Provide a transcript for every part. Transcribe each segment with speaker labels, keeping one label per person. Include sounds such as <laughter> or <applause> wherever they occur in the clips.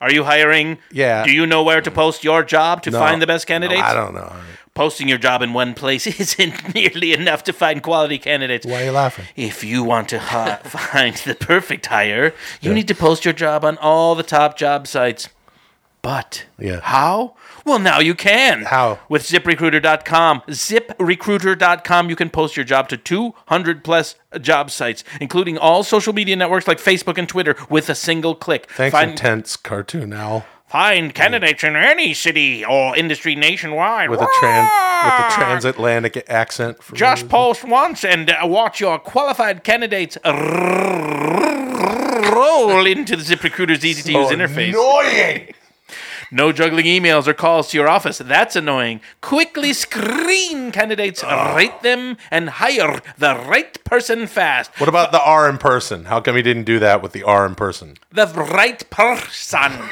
Speaker 1: Are you hiring?
Speaker 2: Yeah.
Speaker 1: Do you know where to post your job to
Speaker 2: No.
Speaker 1: find the best
Speaker 2: No,
Speaker 1: candidates?
Speaker 2: I don't know.
Speaker 1: Posting your job in one place <laughs> isn't nearly enough to find quality candidates.
Speaker 2: Why are you laughing?
Speaker 1: If you want to
Speaker 2: <laughs>
Speaker 1: hi- find the perfect hire, you need to post your job on all the top job sites. But
Speaker 2: Yeah.
Speaker 1: how? Well, now you can.
Speaker 2: How?
Speaker 1: With ziprecruiter.com. Ziprecruiter.com, you can post your job to 200 plus job sites, including all social media networks like Facebook and Twitter, with a single click.
Speaker 2: Thanks,
Speaker 1: Find-
Speaker 2: intense cartoon owl Mm.
Speaker 1: Find candidates in any city or industry nationwide.
Speaker 2: with a trans Mm-hmm. with a transatlantic accent. For
Speaker 1: Just post once and uh, watch your qualified candidates roll into the ZipRecruiter's easy to
Speaker 2: Oh,
Speaker 1: use interface.
Speaker 2: Annoying.
Speaker 1: No juggling emails or calls to your office. That's annoying. Quickly screen candidates,
Speaker 2: Ah.
Speaker 1: rate them, and hire the right person fast.
Speaker 2: What about the R in person? How come he didn't do that with the R in person?
Speaker 1: the right person.
Speaker 2: <laughs>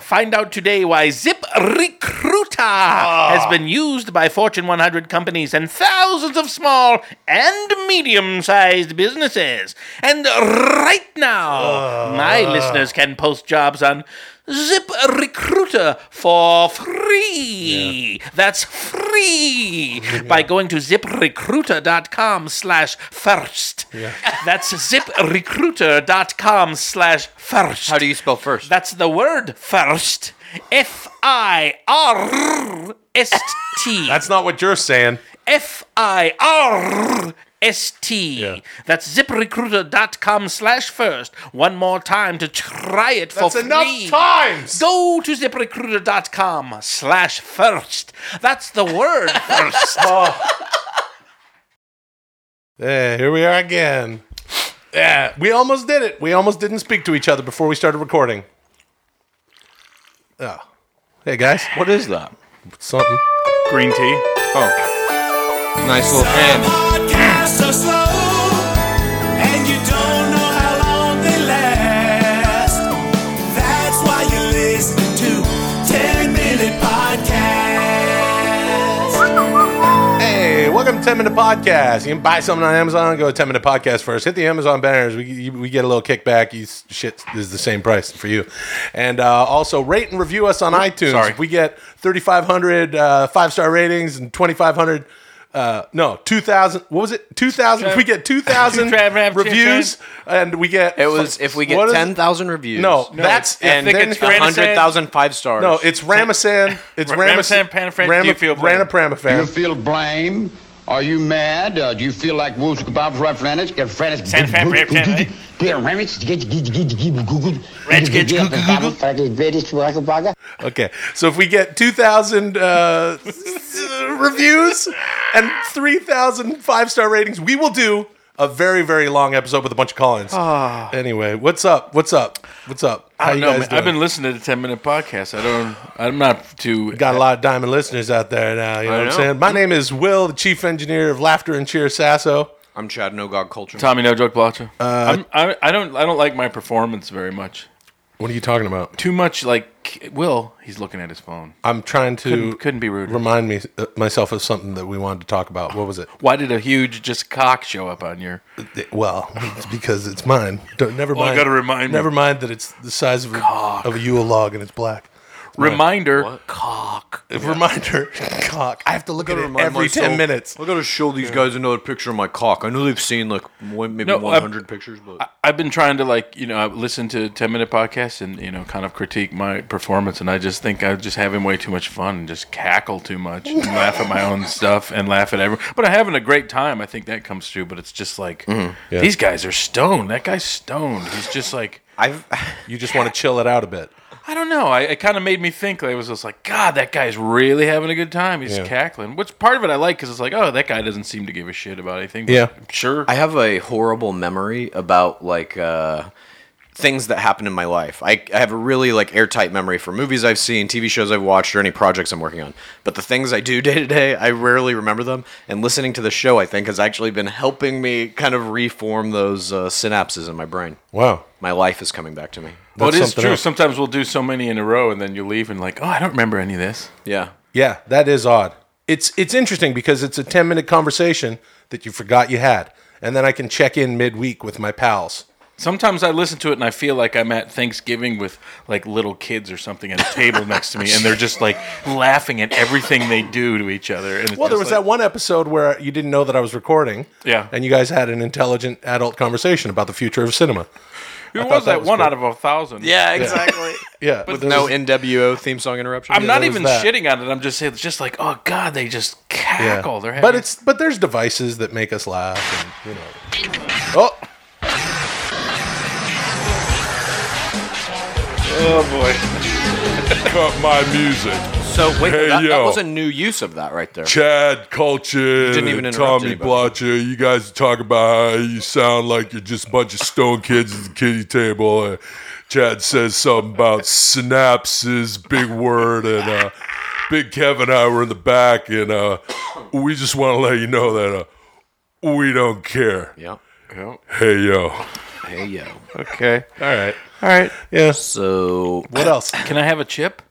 Speaker 1: Find out today why ZipRecruiter
Speaker 3: Ah.
Speaker 1: has been used by Fortune 100 companies and thousands of small and medium sized businesses. And right now,
Speaker 3: Ah.
Speaker 1: my listeners can post jobs on ZipRecruiter for free. That's free by going to ziprecruiter.com slash first. That's ziprecruiter.com slash first.
Speaker 3: How do you spell first?
Speaker 1: That's the word first. F I R S T.
Speaker 2: That's not what you're saying.
Speaker 1: F I R S T.
Speaker 2: Yeah.
Speaker 1: That's ziprecruiter.com slash first. One more time to try it for
Speaker 2: That's
Speaker 1: free.
Speaker 2: enough times.
Speaker 1: Go to ziprecruiter.com slash first. That's the
Speaker 2: <laughs>
Speaker 1: word first.
Speaker 2: Oh. Yeah, here we are again. Yeah, we almost did it. We almost didn't speak to each other before we started recording. Oh. Hey guys,
Speaker 3: What is that?
Speaker 2: what's something?
Speaker 4: Green tea.
Speaker 3: Oh, nice little fan.
Speaker 5: Podcasts are slow, and you don't know how long they last. That's why you listen to 10 Minute Podcast.
Speaker 2: Hey, welcome to 10 Minute Podcast. You can buy something on Amazon, go to 10 Minute Podcast first. Hit the Amazon banners. We, you- we get a little kickback. You, s- shit is the same price for you. And uh, also rate and review us on iTunes.
Speaker 4: sorry.
Speaker 2: We get 3,500 uh, five star ratings and 2,500. Uh, no, 2,000. What was it? 2,000. We get 2,000
Speaker 1: Trap, trap,
Speaker 2: reviews. And we get.
Speaker 3: It was if we
Speaker 2: what
Speaker 3: get
Speaker 2: is it?
Speaker 3: ten thousand reviews.
Speaker 2: No, that's.
Speaker 3: and
Speaker 2: and then-
Speaker 3: a hundred thousand five stars.
Speaker 2: no, it's Ramasan. It's Ramasan.
Speaker 1: Ramazan Panafran, do you feel blame?
Speaker 6: Do you feel blame? Are you mad? Uh, do you feel like wolves kebabs, right, Franis? Yeah, Franis.
Speaker 1: San Fran, Fran, Fran, right?
Speaker 6: Yeah, Franis.
Speaker 1: Rats, get- get-
Speaker 2: Okay, so if we get 2,000 uh, reviews and 3,000 five star ratings, we will do a very, very long episode with a bunch of call-ins. Anyway, what's up? What's up? What's up? How
Speaker 4: Ah. I don't
Speaker 2: you
Speaker 4: know.
Speaker 2: guys
Speaker 4: man. I've
Speaker 2: doing?
Speaker 4: been listening to the ten minute podcast. I don't. I'm not too.
Speaker 2: Got a lot of diamond listeners out there now. You know,
Speaker 3: I
Speaker 2: what I'm
Speaker 3: know.
Speaker 2: saying? My name is Will, the chief engineer of Laughter and Cheer Sasso.
Speaker 3: I'm Chad Nogog Culture.
Speaker 4: Tommy No Joke Blotter.
Speaker 2: Uh,
Speaker 4: I'm, I, I don't. I don't like my performance very much.
Speaker 2: What are you talking about?
Speaker 4: Too much like Will. He's looking at his phone.
Speaker 2: I'm trying to
Speaker 4: Couldn't- couldn't be rude.
Speaker 2: Remind me uh, myself of something that we wanted to talk about. What was it?
Speaker 4: Why did a huge just cock show up on your?
Speaker 2: Well, it's because it's mine. Don't, never mind.
Speaker 4: gotta remind me.
Speaker 2: Never mind that it's the size of a, of a Yule log and it's black.
Speaker 4: Reminder.
Speaker 3: Cock.
Speaker 2: A <laughs> Reminder, cock. I have to look at it every ten minutes.
Speaker 3: I gotta show these guys another picture of my cock. I know they've seen like one, maybe
Speaker 4: No, I-
Speaker 3: 100 pictures, but
Speaker 4: I've been trying to like you know listen to ten minute podcasts and you know kind of critique my performance and I just think I'm just having way too much fun and just cackle too much <laughs> and laugh at my own stuff and laugh at everyone. But I'm having a great time. I think that comes through. But it's just like these guys are stoned. That guy's stoned. He's just like
Speaker 3: I've
Speaker 2: You just want to chill it out a bit.
Speaker 4: I don't know. I, it kind of made me think. Like, I was just like, God, that guy's really having a good time. He's
Speaker 2: Yeah.
Speaker 4: cackling. Which part of it I like because it's like, oh, that guy doesn't seem to give a shit about anything. but
Speaker 2: Yeah.
Speaker 4: sure.
Speaker 3: I have a horrible memory about like uh, things that happened in my life. I, I have a really like airtight memory for movies I've seen, TV shows I've watched, or any projects I'm working on. But the things I do <laughs> day to day, I rarely remember them. And listening to the show, I think, has actually been helping me kind of reform those uh, synapses in my brain.
Speaker 2: Wow.
Speaker 3: My life is coming back to me.
Speaker 4: Well, it
Speaker 2: That's
Speaker 4: is
Speaker 2: something
Speaker 4: true.
Speaker 2: else.
Speaker 4: Sometimes we'll do so many in a row, and then you leave and like, oh, I don't remember any of this.
Speaker 3: Yeah.
Speaker 2: Yeah, that is odd. It's it's interesting because it's a ten minute conversation that you forgot you had, and then I can check in midweek with my pals
Speaker 4: Sometimes I listen to it and I feel like I'm at Thanksgiving with like little kids or something at a
Speaker 2: <laughs>
Speaker 4: table next to me, and they're just like laughing at everything they do to each other. And it's
Speaker 2: Well, there
Speaker 4: just
Speaker 2: was
Speaker 4: like-
Speaker 2: that one episode where you didn't know that I was recording.
Speaker 4: Yeah.
Speaker 2: And you guys had an intelligent adult conversation about the future of cinema.
Speaker 4: There
Speaker 2: thought
Speaker 4: was
Speaker 2: that
Speaker 4: that,
Speaker 2: was
Speaker 4: one
Speaker 2: cool.
Speaker 4: out of a thousand.
Speaker 3: Yeah, exactly.
Speaker 2: Yeah. But, there
Speaker 3: no
Speaker 2: was-
Speaker 3: NWO theme song interruption.
Speaker 4: I'm
Speaker 3: Yeah,
Speaker 4: not
Speaker 2: there was
Speaker 4: even
Speaker 2: that.
Speaker 4: shitting on it. I'm just saying it's just like, oh god, they just
Speaker 2: yeah.
Speaker 4: cackle. They're
Speaker 2: But
Speaker 4: having-
Speaker 2: it's but there's devices that make us laugh and you know. Oh,
Speaker 7: <laughs> Cut Oh, my music.
Speaker 3: So wait,
Speaker 7: Hey,
Speaker 3: that, that
Speaker 7: yo.
Speaker 3: was a new use of that right there.
Speaker 7: Chad Culture,
Speaker 3: Didn't even
Speaker 7: and
Speaker 3: interrupt
Speaker 7: Tommy
Speaker 3: anybody.
Speaker 7: Blotcher, you guys talk about how you sound like you're just a bunch of stone kids at the kiddie table. And Chad says something about synapses, big word, and uh, Big Kev and I were in the back, and uh, we just want to let you know that uh, we don't care.
Speaker 3: Yeah.
Speaker 7: Hey, yo.
Speaker 3: Hey yo.
Speaker 4: okay.
Speaker 2: all right.
Speaker 4: All right.
Speaker 2: Yeah.
Speaker 3: So
Speaker 2: What else?
Speaker 4: Can I have a chip?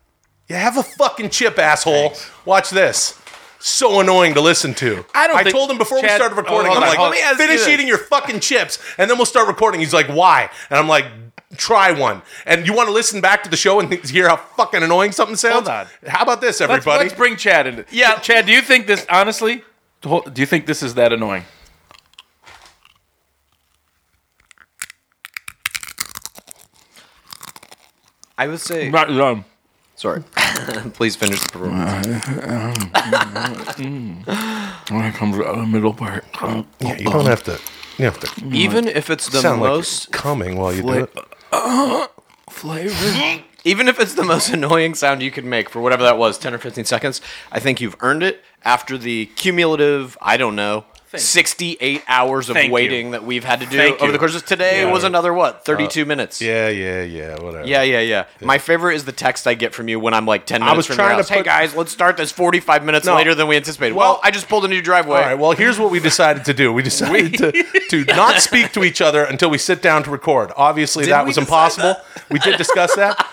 Speaker 2: You have a fucking chip, asshole. Watch this. So annoying to listen to.
Speaker 4: I don't
Speaker 2: I
Speaker 4: think-
Speaker 2: told him before we
Speaker 4: Chad-
Speaker 2: started recording.
Speaker 4: oh, hold
Speaker 2: I'm
Speaker 4: on,
Speaker 2: like,
Speaker 4: hold on. Let me ask you
Speaker 2: finish
Speaker 4: this.
Speaker 2: eating your fucking chips, and then we'll start recording. He's like, why? And I'm like, try one. And you want to listen back to the show and <laughs> hear how fucking annoying something sounds?
Speaker 4: Hold on.
Speaker 2: How about this,
Speaker 4: Let's,
Speaker 2: everybody?
Speaker 4: let's bring Chad in.
Speaker 2: Yeah.
Speaker 4: Chad, do you think this honestly? Do you think this is that annoying?
Speaker 3: I would say
Speaker 4: Not um,
Speaker 3: sorry. <laughs> Please finish the performance.
Speaker 4: when it comes out of the middle part. um,
Speaker 2: yeah, you don't have to. You have to
Speaker 3: Even if it's the
Speaker 2: sound
Speaker 3: most,
Speaker 2: like you're coming while you do
Speaker 3: flick-
Speaker 2: it.
Speaker 4: Flavor.
Speaker 3: even if it's the most annoying sound you could make for whatever that was, ten or fifteen seconds, I think you've earned it after the cumulative. I don't know. 68 hours of
Speaker 4: Thank you.
Speaker 3: waiting that we've had to do
Speaker 4: Thank
Speaker 3: over
Speaker 4: you.
Speaker 3: the course of today was another what 32 minutes
Speaker 2: Yeah, yeah, yeah. Whatever.
Speaker 3: Yeah, yeah, yeah, My favorite is the text I get from you when I'm like 10 minutes
Speaker 2: was
Speaker 3: from
Speaker 2: trying to
Speaker 3: your house. hey
Speaker 2: put-
Speaker 3: guys, let's start this 45 minutes
Speaker 2: No.
Speaker 3: later than we anticipated.
Speaker 2: Well-
Speaker 3: Well, I just pulled into your driveway.
Speaker 2: All right. Well, here's what we decided to do. We decided
Speaker 4: <laughs>
Speaker 2: to, to not speak to each other until we sit down to record. Obviously, that
Speaker 3: we
Speaker 2: was
Speaker 3: decide
Speaker 2: impossible. We did discuss that.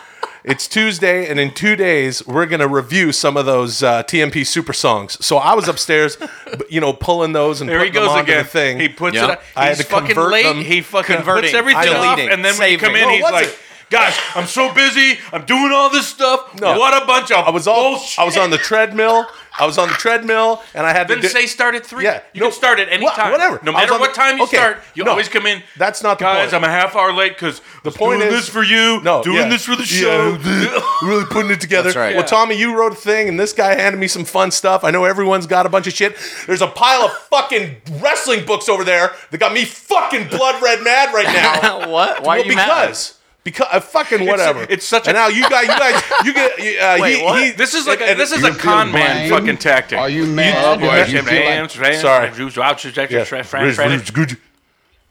Speaker 2: It's Tuesday, and in two days, we're going to review some of those uh, TMP super songs. So I was upstairs, b- you know, pulling those and
Speaker 4: There he
Speaker 2: putting
Speaker 4: goes
Speaker 2: them onto
Speaker 4: again.
Speaker 2: the thing.
Speaker 4: He puts
Speaker 3: Yeah.
Speaker 4: it. On. He's
Speaker 2: I had to
Speaker 4: fucking
Speaker 2: convert
Speaker 4: late.
Speaker 2: them.
Speaker 4: He fucking
Speaker 3: Converting,
Speaker 4: puts everything
Speaker 3: deleting,
Speaker 4: off, and then when
Speaker 3: saving.
Speaker 4: you come in,
Speaker 2: Well,
Speaker 4: he's
Speaker 2: what's
Speaker 4: like,
Speaker 2: it?
Speaker 4: "Guys, I'm so busy. I'm doing all this stuff. What a bunch of
Speaker 2: I was all
Speaker 4: bullshit."
Speaker 2: I was on the treadmill. I was on the treadmill, and I had
Speaker 4: Then
Speaker 2: to do-
Speaker 4: say start at three.
Speaker 2: Yeah,
Speaker 4: you
Speaker 2: no,
Speaker 4: can start at any
Speaker 2: wha-
Speaker 4: time.
Speaker 2: whatever.
Speaker 4: No
Speaker 2: I was
Speaker 4: matter
Speaker 2: on
Speaker 4: what
Speaker 2: the-
Speaker 4: time you
Speaker 2: okay,
Speaker 4: start, you
Speaker 2: no,
Speaker 4: always come in.
Speaker 2: that's not the
Speaker 4: guys.
Speaker 2: point.
Speaker 4: I'm a half hour late because the
Speaker 2: point
Speaker 4: doing
Speaker 2: is-
Speaker 4: this for you.
Speaker 2: No,
Speaker 4: doing
Speaker 2: yeah.
Speaker 4: this for the
Speaker 2: Yeah, <laughs>
Speaker 4: show.
Speaker 2: really putting it together.
Speaker 3: That's right.
Speaker 2: Well, Tommy, you wrote a thing, and this guy handed me some fun stuff. I know everyone's got a bunch of shit. There's a pile of fucking wrestling books over there that got me fucking blood red mad right now.
Speaker 3: <laughs> what? Why
Speaker 2: well,
Speaker 3: are you mad?
Speaker 2: because. Because uh, fucking whatever.
Speaker 4: it's such
Speaker 2: and
Speaker 4: a-
Speaker 2: now you guys, you guys, you get. you, Uh,
Speaker 3: Wait,
Speaker 2: he,
Speaker 3: what?
Speaker 2: he-
Speaker 4: This is like a,
Speaker 2: and-
Speaker 4: this is
Speaker 2: you
Speaker 4: a con
Speaker 2: feel
Speaker 4: man
Speaker 6: blame?
Speaker 4: fucking tactic.
Speaker 6: Are you mad?
Speaker 4: Oh, Boy,
Speaker 6: Do you feel like-
Speaker 2: Sorry. Yeah. Riz-
Speaker 4: It's
Speaker 2: Riz- good.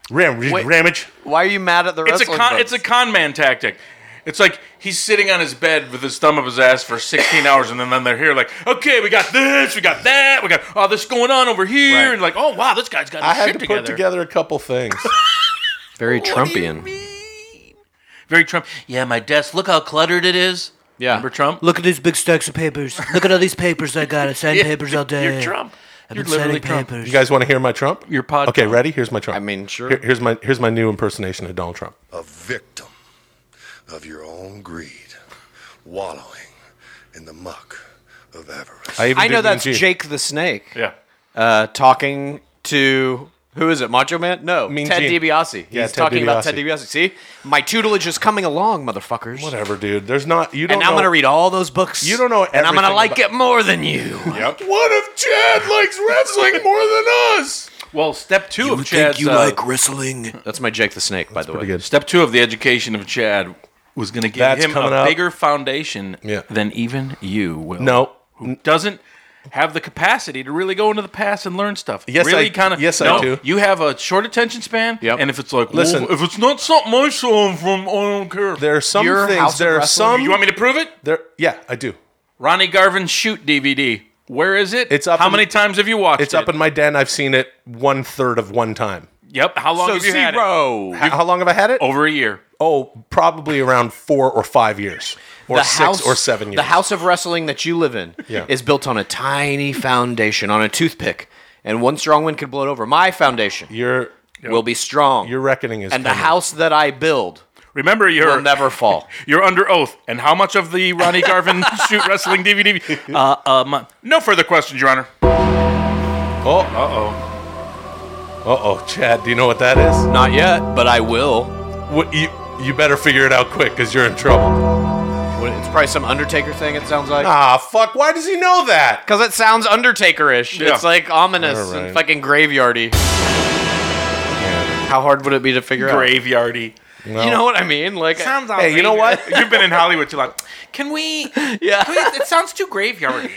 Speaker 2: Ram, Riz-
Speaker 3: Wait.
Speaker 2: ramage.
Speaker 3: Why are you mad at the
Speaker 4: a
Speaker 3: wrestling
Speaker 4: con, it's a
Speaker 3: books?
Speaker 4: con man tactic. It's like he's sitting on his bed with his thumb up his ass for 16 hours, and then, then they're here like, okay, we got this, we got that, we got all this going on over here,
Speaker 3: Right.
Speaker 4: and like, oh wow, this guy's got his
Speaker 2: I had
Speaker 4: shit
Speaker 2: to
Speaker 4: together.
Speaker 2: put together a couple things.
Speaker 3: Very Trumpian.
Speaker 4: Very Trump. Yeah, my desk. Look how cluttered it is.
Speaker 3: Yeah.
Speaker 4: Remember Trump?
Speaker 8: Look at these big stacks of papers. Look at all these papers I got.
Speaker 4: <laughs>
Speaker 8: I signed papers all day.
Speaker 4: You're Trump.
Speaker 8: I've
Speaker 4: You're
Speaker 8: been
Speaker 4: literally
Speaker 8: signing
Speaker 4: Trump.
Speaker 8: papers.
Speaker 2: You guys want to hear my Trump?
Speaker 4: Your pod.
Speaker 2: Okay, ready? Here's my Trump.
Speaker 3: I mean, sure.
Speaker 2: Here- here's my here's my new impersonation of Donald Trump.
Speaker 9: a victim of your own greed, wallowing in the muck of avarice.
Speaker 2: even
Speaker 3: I
Speaker 2: did it
Speaker 3: know
Speaker 2: in
Speaker 3: that's
Speaker 2: G.
Speaker 3: Jake the Snake
Speaker 4: Yeah.
Speaker 3: uh, talking to. Who is it? Macho Man? No,
Speaker 2: Mean
Speaker 3: Ted
Speaker 2: Gene.
Speaker 3: DiBiase. He's
Speaker 2: Yeah, Ted
Speaker 3: talking about Ted
Speaker 2: DiBiase.
Speaker 3: DiBiase. See, my tutelage is coming along, motherfuckers.
Speaker 2: Whatever, dude. There's not you don't.
Speaker 3: And I'm
Speaker 2: know-
Speaker 3: gonna read all those books.
Speaker 2: You don't know
Speaker 3: and I'm gonna
Speaker 2: everything
Speaker 3: like
Speaker 2: about-
Speaker 3: it more than you.
Speaker 2: What if Chad likes wrestling more than us?
Speaker 4: Well, step two of Chad's. uh,
Speaker 8: wrestling?
Speaker 3: That's my Jake the Snake, by the way.
Speaker 2: good.
Speaker 4: Step two of the education of Chad was going to give
Speaker 2: That's
Speaker 4: him
Speaker 2: coming
Speaker 4: a
Speaker 2: up.
Speaker 4: bigger foundation
Speaker 2: Yeah.
Speaker 4: than even you will.
Speaker 2: No.
Speaker 4: who doesn't have the capacity to really go into the past and learn stuff.
Speaker 2: Yes,
Speaker 4: really
Speaker 2: I-
Speaker 4: kind of.
Speaker 2: yes, I do.
Speaker 4: You have a short attention span.
Speaker 3: Yep.
Speaker 4: And if it's like,
Speaker 2: Listen.
Speaker 4: listen, if it's not something I saw from, I don't care.
Speaker 2: There are some
Speaker 3: Your House
Speaker 2: things.
Speaker 3: of
Speaker 2: There are
Speaker 3: Wrestling?
Speaker 2: some.
Speaker 4: you want me to prove it?
Speaker 2: there, yeah, I do.
Speaker 4: Ronnie Garvin's shoot DVD. Where is it?
Speaker 2: It's up
Speaker 4: How
Speaker 2: in-
Speaker 4: many times have you watched
Speaker 2: It's
Speaker 4: it?
Speaker 2: up in my den. I've seen it one third of one time.
Speaker 4: Yep. How long
Speaker 3: So
Speaker 4: have you had it?
Speaker 3: zero.
Speaker 2: How, how long have I had it? Oh,
Speaker 4: Over a year.
Speaker 2: probably around four or five years, or six or seven years.
Speaker 3: The house of wrestling that you live in
Speaker 2: Yeah.
Speaker 3: is built on a tiny foundation, on a toothpick, and one strong wind could blow it over. My foundation.
Speaker 2: You're
Speaker 3: will be strong.
Speaker 2: Your reckoning is
Speaker 3: and the
Speaker 2: coming.
Speaker 3: house that I build
Speaker 4: Remember, you're
Speaker 3: will
Speaker 2: <laughs>
Speaker 3: never fall.
Speaker 4: you're under oath. And how much of the Ronnie Garvin shoot wrestling DVD? Uh, a month. No further questions, Your Honor.
Speaker 2: Oh, uh oh. Uh oh, Chad, do you know what that is?
Speaker 3: Not yet, but I will.
Speaker 2: What, you, you better figure it out quick because you're in trouble.
Speaker 3: What- It's probably some Undertaker thing. It sounds like.
Speaker 2: Ah, fuck, why does he know that?
Speaker 3: Cause it sounds Undertaker-ish.
Speaker 4: Yeah.
Speaker 3: It's like ominous
Speaker 2: Alright.
Speaker 3: and fucking graveyardy. How hard would it be to figure
Speaker 4: Graveyardy.
Speaker 3: out? You know what I mean? Like,
Speaker 1: Sounds
Speaker 2: Hey, you know what?
Speaker 4: You've been in Hollywood too long.
Speaker 1: Can
Speaker 2: <laughs>
Speaker 1: we?
Speaker 3: yeah.
Speaker 1: It sounds too graveyardy.
Speaker 2: Is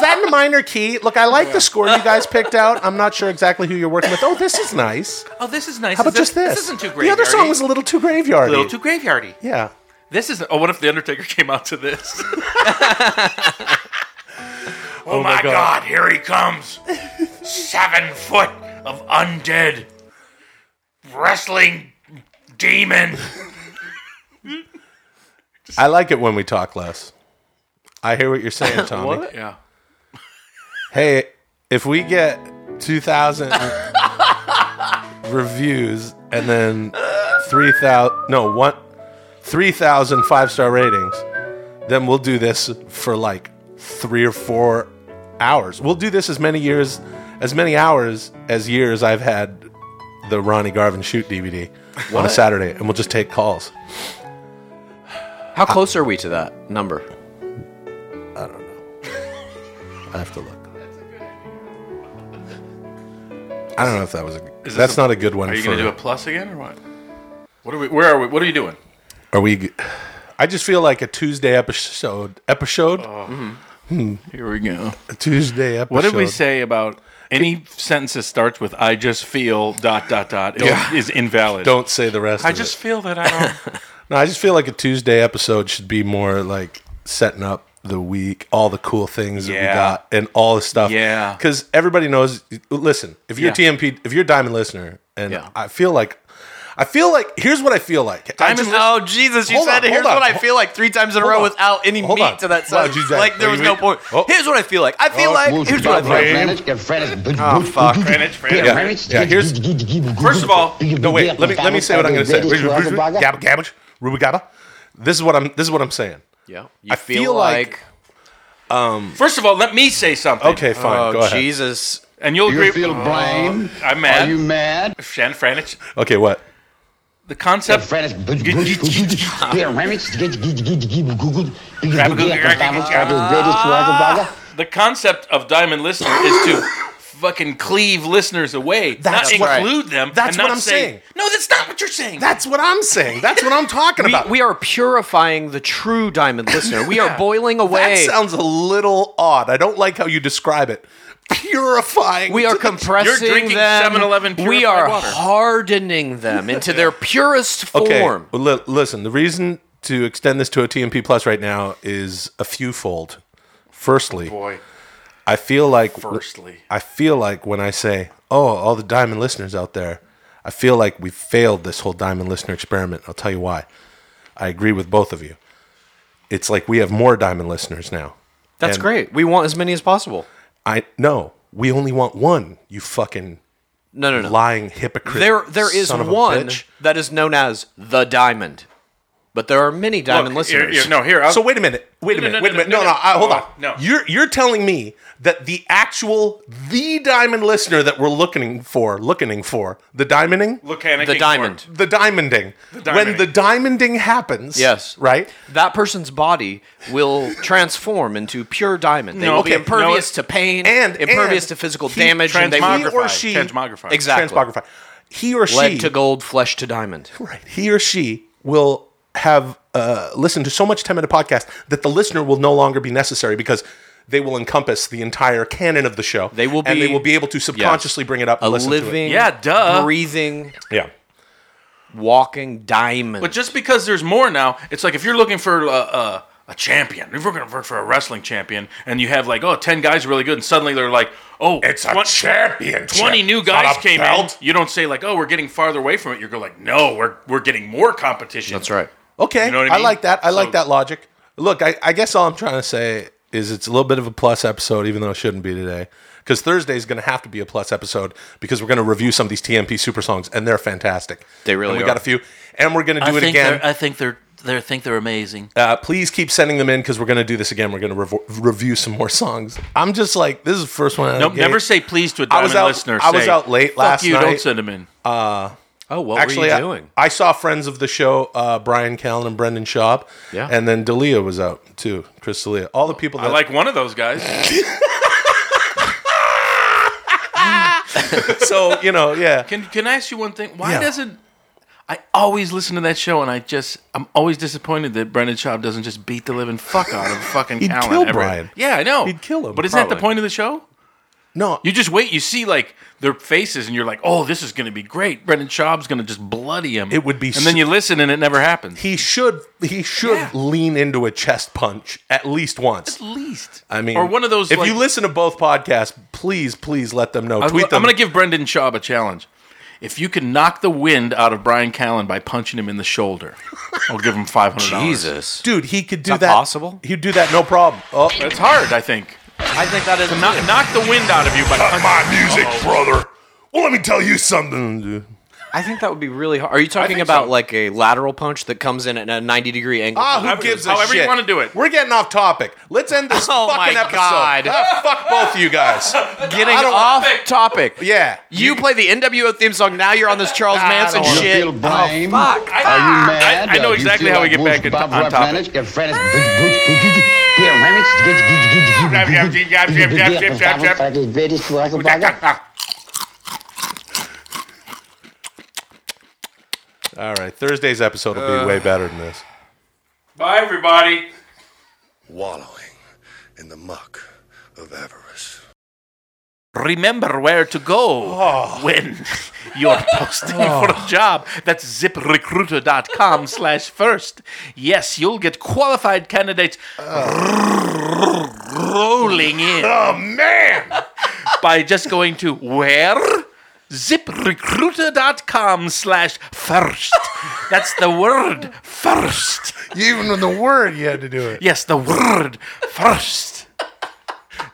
Speaker 2: that in a minor key? Look, I like the score you guys picked out. I'm not sure exactly who you're working with. Oh, this is nice.
Speaker 1: Oh, this is nice.
Speaker 2: How about
Speaker 1: Is
Speaker 2: just this?
Speaker 1: This isn't too graveyardy.
Speaker 2: The other song was a little too graveyard.
Speaker 1: a little too graveyardy.
Speaker 2: Yeah.
Speaker 1: This isn't. Oh,
Speaker 4: What if the Undertaker came out to this?
Speaker 1: oh my God. Here he comes. <laughs> Seven foot of undead wrestling demon.
Speaker 2: I like it when we talk less. I hear what you're saying, Tommy.
Speaker 4: yeah.
Speaker 2: Hey, if we get 2,000 <laughs> reviews and then 3,000, no, one, 3,000 five star ratings, then we'll do this for like three or four hours. We'll do this as many years, as many hours as years I've had the Ronnie Garvin shoot DVD on a Saturday, and we'll just take calls.
Speaker 3: How close are we to that number?
Speaker 2: I have to look. I don't know if that was a.
Speaker 4: this
Speaker 2: That's
Speaker 4: a-
Speaker 2: not a good one.
Speaker 4: Are you
Speaker 2: for,
Speaker 4: going to do a plus again or what? What are we? Where are we? What are you doing?
Speaker 2: Are we? I just feel like a Tuesday episode. Episode.
Speaker 4: Here we go.
Speaker 2: a Tuesday episode.
Speaker 4: Oh. What did we say about any sentence that starts with "I just feel dot dot dot" is- is invalid?
Speaker 2: Don't say the rest.
Speaker 4: I
Speaker 2: of
Speaker 4: just
Speaker 2: It.
Speaker 4: feel that I don't.
Speaker 2: No, I just feel like a Tuesday episode should be more like setting up the week, all the cool things that we
Speaker 4: Yeah.
Speaker 2: got, and all the stuff.
Speaker 4: Yeah.
Speaker 2: Because everybody knows. Listen, if you're
Speaker 4: Yeah.
Speaker 2: TMP, if you're a Diamond listener, and
Speaker 3: Yeah.
Speaker 2: I feel like, I feel like here's what I feel like. I
Speaker 4: Diamond
Speaker 2: just-
Speaker 4: listener-
Speaker 3: Oh Jesus! You
Speaker 2: Hold
Speaker 3: said
Speaker 2: on,
Speaker 3: here's
Speaker 2: hold on,
Speaker 3: what I
Speaker 2: hold-
Speaker 3: feel like three times in a
Speaker 2: hold
Speaker 3: row
Speaker 2: on,
Speaker 3: without any
Speaker 2: hold
Speaker 3: meat
Speaker 2: on.
Speaker 3: to that
Speaker 2: Wow,
Speaker 3: sentence.
Speaker 2: Jesus.
Speaker 3: Like there was
Speaker 2: You
Speaker 3: no
Speaker 2: mean-
Speaker 3: point.
Speaker 2: Oh.
Speaker 3: Here's what I feel like. I feel like. Here's what I feel like.
Speaker 6: Oh,
Speaker 3: fuck.
Speaker 4: Greenwich, Greenwich.
Speaker 2: Yeah, here's-
Speaker 6: First
Speaker 4: of all-
Speaker 2: No, wait. Let me let me say what I'm going to say. Gabba cabbage, ruby gabba. This is what I'm. This is what I'm saying.
Speaker 3: Yeah. You
Speaker 2: I feel like-
Speaker 4: First of all, let me say something.
Speaker 2: Okay, fine. go
Speaker 3: Oh
Speaker 2: ahead.
Speaker 3: Jesus!
Speaker 4: and you'll
Speaker 6: Do
Speaker 4: agree. Oh,
Speaker 6: you feel blame?
Speaker 4: I'm
Speaker 6: Are
Speaker 4: mad.
Speaker 6: you mad?
Speaker 4: Shan Franich.
Speaker 2: Okay, what?
Speaker 4: The concept. Ah, The concept of Diamond Listener
Speaker 2: <coughs>
Speaker 4: is to fucking cleave listeners away,
Speaker 2: That's
Speaker 4: not
Speaker 2: what-
Speaker 4: include them.
Speaker 2: That's
Speaker 4: and
Speaker 2: what
Speaker 4: not
Speaker 2: I'm
Speaker 4: say,
Speaker 2: saying.
Speaker 4: No, that's not what you're saying.
Speaker 2: That's what I'm saying. That's what I'm talking
Speaker 3: We,
Speaker 2: about.
Speaker 3: we are purifying the true diamond listener. We are boiling
Speaker 2: that
Speaker 3: away.
Speaker 2: sounds a little odd. I don't like how you describe it. Purifying.
Speaker 3: We
Speaker 2: to
Speaker 3: are
Speaker 2: the-
Speaker 3: compressing
Speaker 4: You're drinking
Speaker 3: them.
Speaker 4: 7-Eleven
Speaker 3: we
Speaker 4: purified
Speaker 3: are
Speaker 4: water.
Speaker 3: hardening
Speaker 2: <laughs>
Speaker 3: them into their purest form.
Speaker 2: Okay. Well, li- listen, the reason to extend this to a TMP plus right now is a fewfold. Firstly,
Speaker 4: boy.
Speaker 2: I feel like
Speaker 4: Firstly.
Speaker 2: I feel like when I say, "Oh, all the diamond listeners out there," I feel like we failed this whole diamond listener experiment. I'll tell you why. I agree with both of you. It's like we have more diamond listeners now.
Speaker 3: That's
Speaker 2: And-
Speaker 3: great. We want as many as possible.
Speaker 2: I no, we only want one. You fucking
Speaker 3: No, no, no.
Speaker 2: lying hypocrite.
Speaker 3: There, there is
Speaker 2: son of a
Speaker 3: one
Speaker 2: bitch.
Speaker 3: that is known as the diamond, but there are many diamond
Speaker 4: Look, here-
Speaker 3: listeners.
Speaker 4: here- no, here. I'll,
Speaker 2: So wait a minute. Wait a
Speaker 4: No, no,
Speaker 2: minute.
Speaker 4: no,
Speaker 2: wait a
Speaker 4: no,
Speaker 2: minute.
Speaker 4: no,
Speaker 2: No, no.
Speaker 4: no.
Speaker 2: I- hold
Speaker 4: Oh,
Speaker 2: on.
Speaker 4: no.
Speaker 2: You're you're telling me that the actual the diamond listener that we're looking for, looking for the diamonding,
Speaker 4: look, Anakin
Speaker 3: the
Speaker 4: Ford.
Speaker 3: diamond.
Speaker 2: the diamonding. When
Speaker 4: diamonding.
Speaker 2: the diamonding happens,
Speaker 3: Yes.
Speaker 2: right.
Speaker 3: That person's body will transform into pure diamond. They
Speaker 4: No,
Speaker 3: will be
Speaker 4: okay,
Speaker 3: impervious
Speaker 4: no,
Speaker 3: to pain,
Speaker 2: and-
Speaker 3: impervious
Speaker 2: and
Speaker 3: to physical
Speaker 2: he
Speaker 3: damage, and they
Speaker 2: He
Speaker 3: will
Speaker 2: or she
Speaker 4: Transmogrified.
Speaker 3: Exactly.
Speaker 2: Transmogrify. He or she
Speaker 3: lead to gold, flesh to diamond.
Speaker 2: Right. He or she will have uh, listened to so much 10 minute podcast that the listener will no longer be necessary because they will encompass the entire canon of the show.
Speaker 3: They will
Speaker 2: and they
Speaker 3: be-
Speaker 2: will be able to subconsciously bring it up. And
Speaker 3: A
Speaker 2: listen
Speaker 3: living,
Speaker 4: Yeah, duh.
Speaker 3: breathing,
Speaker 2: To it. Yeah.
Speaker 3: walking diamond.
Speaker 4: But just because there's more now, it's like if you're looking for a, a, a champion, if you're going to work for a wrestling champion, and you have like, oh, 10 guys are really good, and suddenly they're like, oh,
Speaker 2: It's a
Speaker 4: twen-
Speaker 2: champion.
Speaker 4: 20 new guys came in. You don't say like, oh, we're getting farther away from it. You're going like, no, we're, we're getting more competition.
Speaker 3: That's right.
Speaker 2: Okay.
Speaker 4: You know what
Speaker 2: I,
Speaker 4: I mean?
Speaker 2: like that. I
Speaker 4: So-
Speaker 2: like that logic. Look, I, I guess all I'm trying to say is it's a little bit of a plus episode, even though it shouldn't be today. because Thursday is going to have to be a plus episode because we're going to review some of these TMP super songs, and they're fantastic.
Speaker 3: They really
Speaker 2: And we
Speaker 3: are.
Speaker 2: got a few, and we're going to do
Speaker 10: I
Speaker 2: it
Speaker 10: think
Speaker 2: again.
Speaker 10: they're, uh, I think they're they think they're
Speaker 2: <laughs>
Speaker 10: amazing.
Speaker 2: Uh, please keep sending them in because we're going to do this again. We're going to revo- review some more songs. I'm just like, this is the first one. out of
Speaker 4: Nope,
Speaker 2: the gate.
Speaker 4: never say please to a
Speaker 2: I
Speaker 4: diamond
Speaker 2: was out.
Speaker 4: listener.
Speaker 2: I was
Speaker 4: Say,
Speaker 2: out late last
Speaker 4: Fuck you,
Speaker 2: night.
Speaker 4: don't send them in.
Speaker 3: Oh, what
Speaker 2: Actually,
Speaker 3: were
Speaker 2: I-
Speaker 3: you doing?
Speaker 2: I, saw friends of the show, uh, Brian Callen and Brendan Schaub.
Speaker 3: Yeah.
Speaker 2: And then Dalia was out too. Chris Dalia. All the people that <laughs>
Speaker 4: I like one of those guys.
Speaker 2: So you know, yeah.
Speaker 4: Can Can I ask you one thing? Why
Speaker 2: Yeah.
Speaker 4: doesn't I always listen to that show, and I just I'm always disappointed that Brendan Schaub doesn't just beat the living fuck out of fucking
Speaker 2: He'd
Speaker 4: Callan.
Speaker 2: kill
Speaker 4: Everett.
Speaker 2: Brian.
Speaker 4: Yeah, I know.
Speaker 2: He'd kill him,
Speaker 4: But isn't that the
Speaker 2: probably.
Speaker 4: point of the show?
Speaker 2: No.
Speaker 4: You just wait. You see like their faces, and you're like, "Oh, this is going to be great." Brendan Schaub's going to just bloody him.
Speaker 2: It would be
Speaker 4: and
Speaker 2: s-
Speaker 4: then you listen, and it never happens.
Speaker 2: he should. He should
Speaker 4: Yeah.
Speaker 2: lean into a chest punch at least once.
Speaker 4: At least,
Speaker 2: I mean,
Speaker 4: or one of those.
Speaker 2: If
Speaker 4: like-
Speaker 2: you listen to both podcasts, please, please let them know.
Speaker 4: I'm,
Speaker 2: Tweet them.
Speaker 4: I'm going to give Brendan Schaub a challenge. If you can knock the wind out of Brian Callen by punching him in the shoulder, I'll give him five hundred dollars.
Speaker 3: Jesus.
Speaker 2: Dude, he could do
Speaker 3: that possible?
Speaker 2: He'd do that no problem. Oh,
Speaker 4: It's hard, I think.
Speaker 3: I think that is
Speaker 4: Knock, knock the wind out of you by
Speaker 7: Not
Speaker 4: punching.
Speaker 7: my music,
Speaker 4: Oh.
Speaker 7: brother. Well, let me tell you
Speaker 2: Mm,
Speaker 7: something.
Speaker 3: I think that would be really hard. Are you talking about like a lateral punch that comes in at a 90 degree angle?
Speaker 2: Ah, who gives a
Speaker 4: however you
Speaker 2: shit?
Speaker 4: wanna do it.
Speaker 2: We're getting off topic. Let's end
Speaker 4: <laughs>
Speaker 2: this
Speaker 3: Oh
Speaker 2: fucking
Speaker 3: my
Speaker 2: episode.
Speaker 3: God.
Speaker 2: Ah, fuck both of you guys.
Speaker 3: Getting
Speaker 2: I don't-
Speaker 3: off topic.
Speaker 2: Yeah.
Speaker 3: You play the NWO theme song. Now you're on this Charles Manson
Speaker 6: You
Speaker 3: shit.
Speaker 6: feel blame?
Speaker 3: Oh, fuck.
Speaker 6: Are you
Speaker 4: Ah, I-
Speaker 6: mad?
Speaker 4: I
Speaker 6: Uh,
Speaker 4: know
Speaker 6: do you
Speaker 4: exactly
Speaker 6: feel
Speaker 4: how we
Speaker 6: like
Speaker 4: get back
Speaker 6: Wolf
Speaker 4: into-
Speaker 6: Bob
Speaker 4: on topic.
Speaker 6: Rafranich? If Fred is- Bill Rafranich, get- get- get- get- get- get- get- get- get- get- get-
Speaker 2: All right. Thursday's episode will
Speaker 4: Uh.
Speaker 2: be way better than this.
Speaker 4: Bye, everybody.
Speaker 9: Wallowing in the muck of avarice.
Speaker 1: Remember where to go when <laughs> you're posting for a job. That's ziprecruiter.com slash first. Yes, you'll get qualified candidates rolling in. Oh, man! <laughs> By just going to where? ziprecruiter.com slash first. That's the word first.
Speaker 2: Even with the word, you had to do it.
Speaker 1: Yes, the word <laughs> first.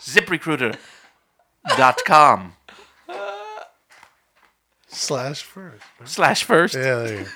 Speaker 1: ZipRecruiter.com
Speaker 2: Slash first.
Speaker 1: slash first.
Speaker 2: Yeah. There you go.